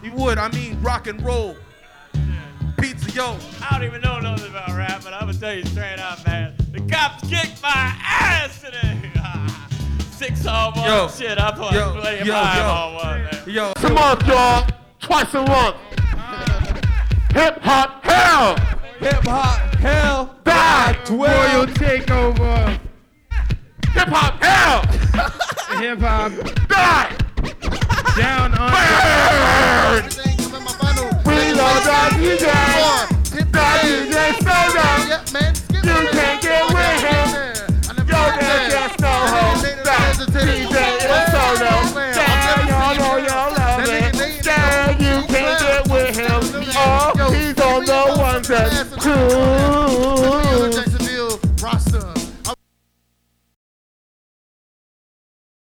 You would, I mean rock and roll. Pizza, yo. I don't even know nothing about rap, but I'm gonna tell you straight up, man. The cops kicked my ass today. Six on one Yo. shit. I played Yo. play Yo. five Yo. on one, man. Yo. Come on, y'all. Twice a month. Hip hop hell. Hip hop hell. Bad Royal twirl. takeover. Hip hop hell. Hip hop Die. Oh,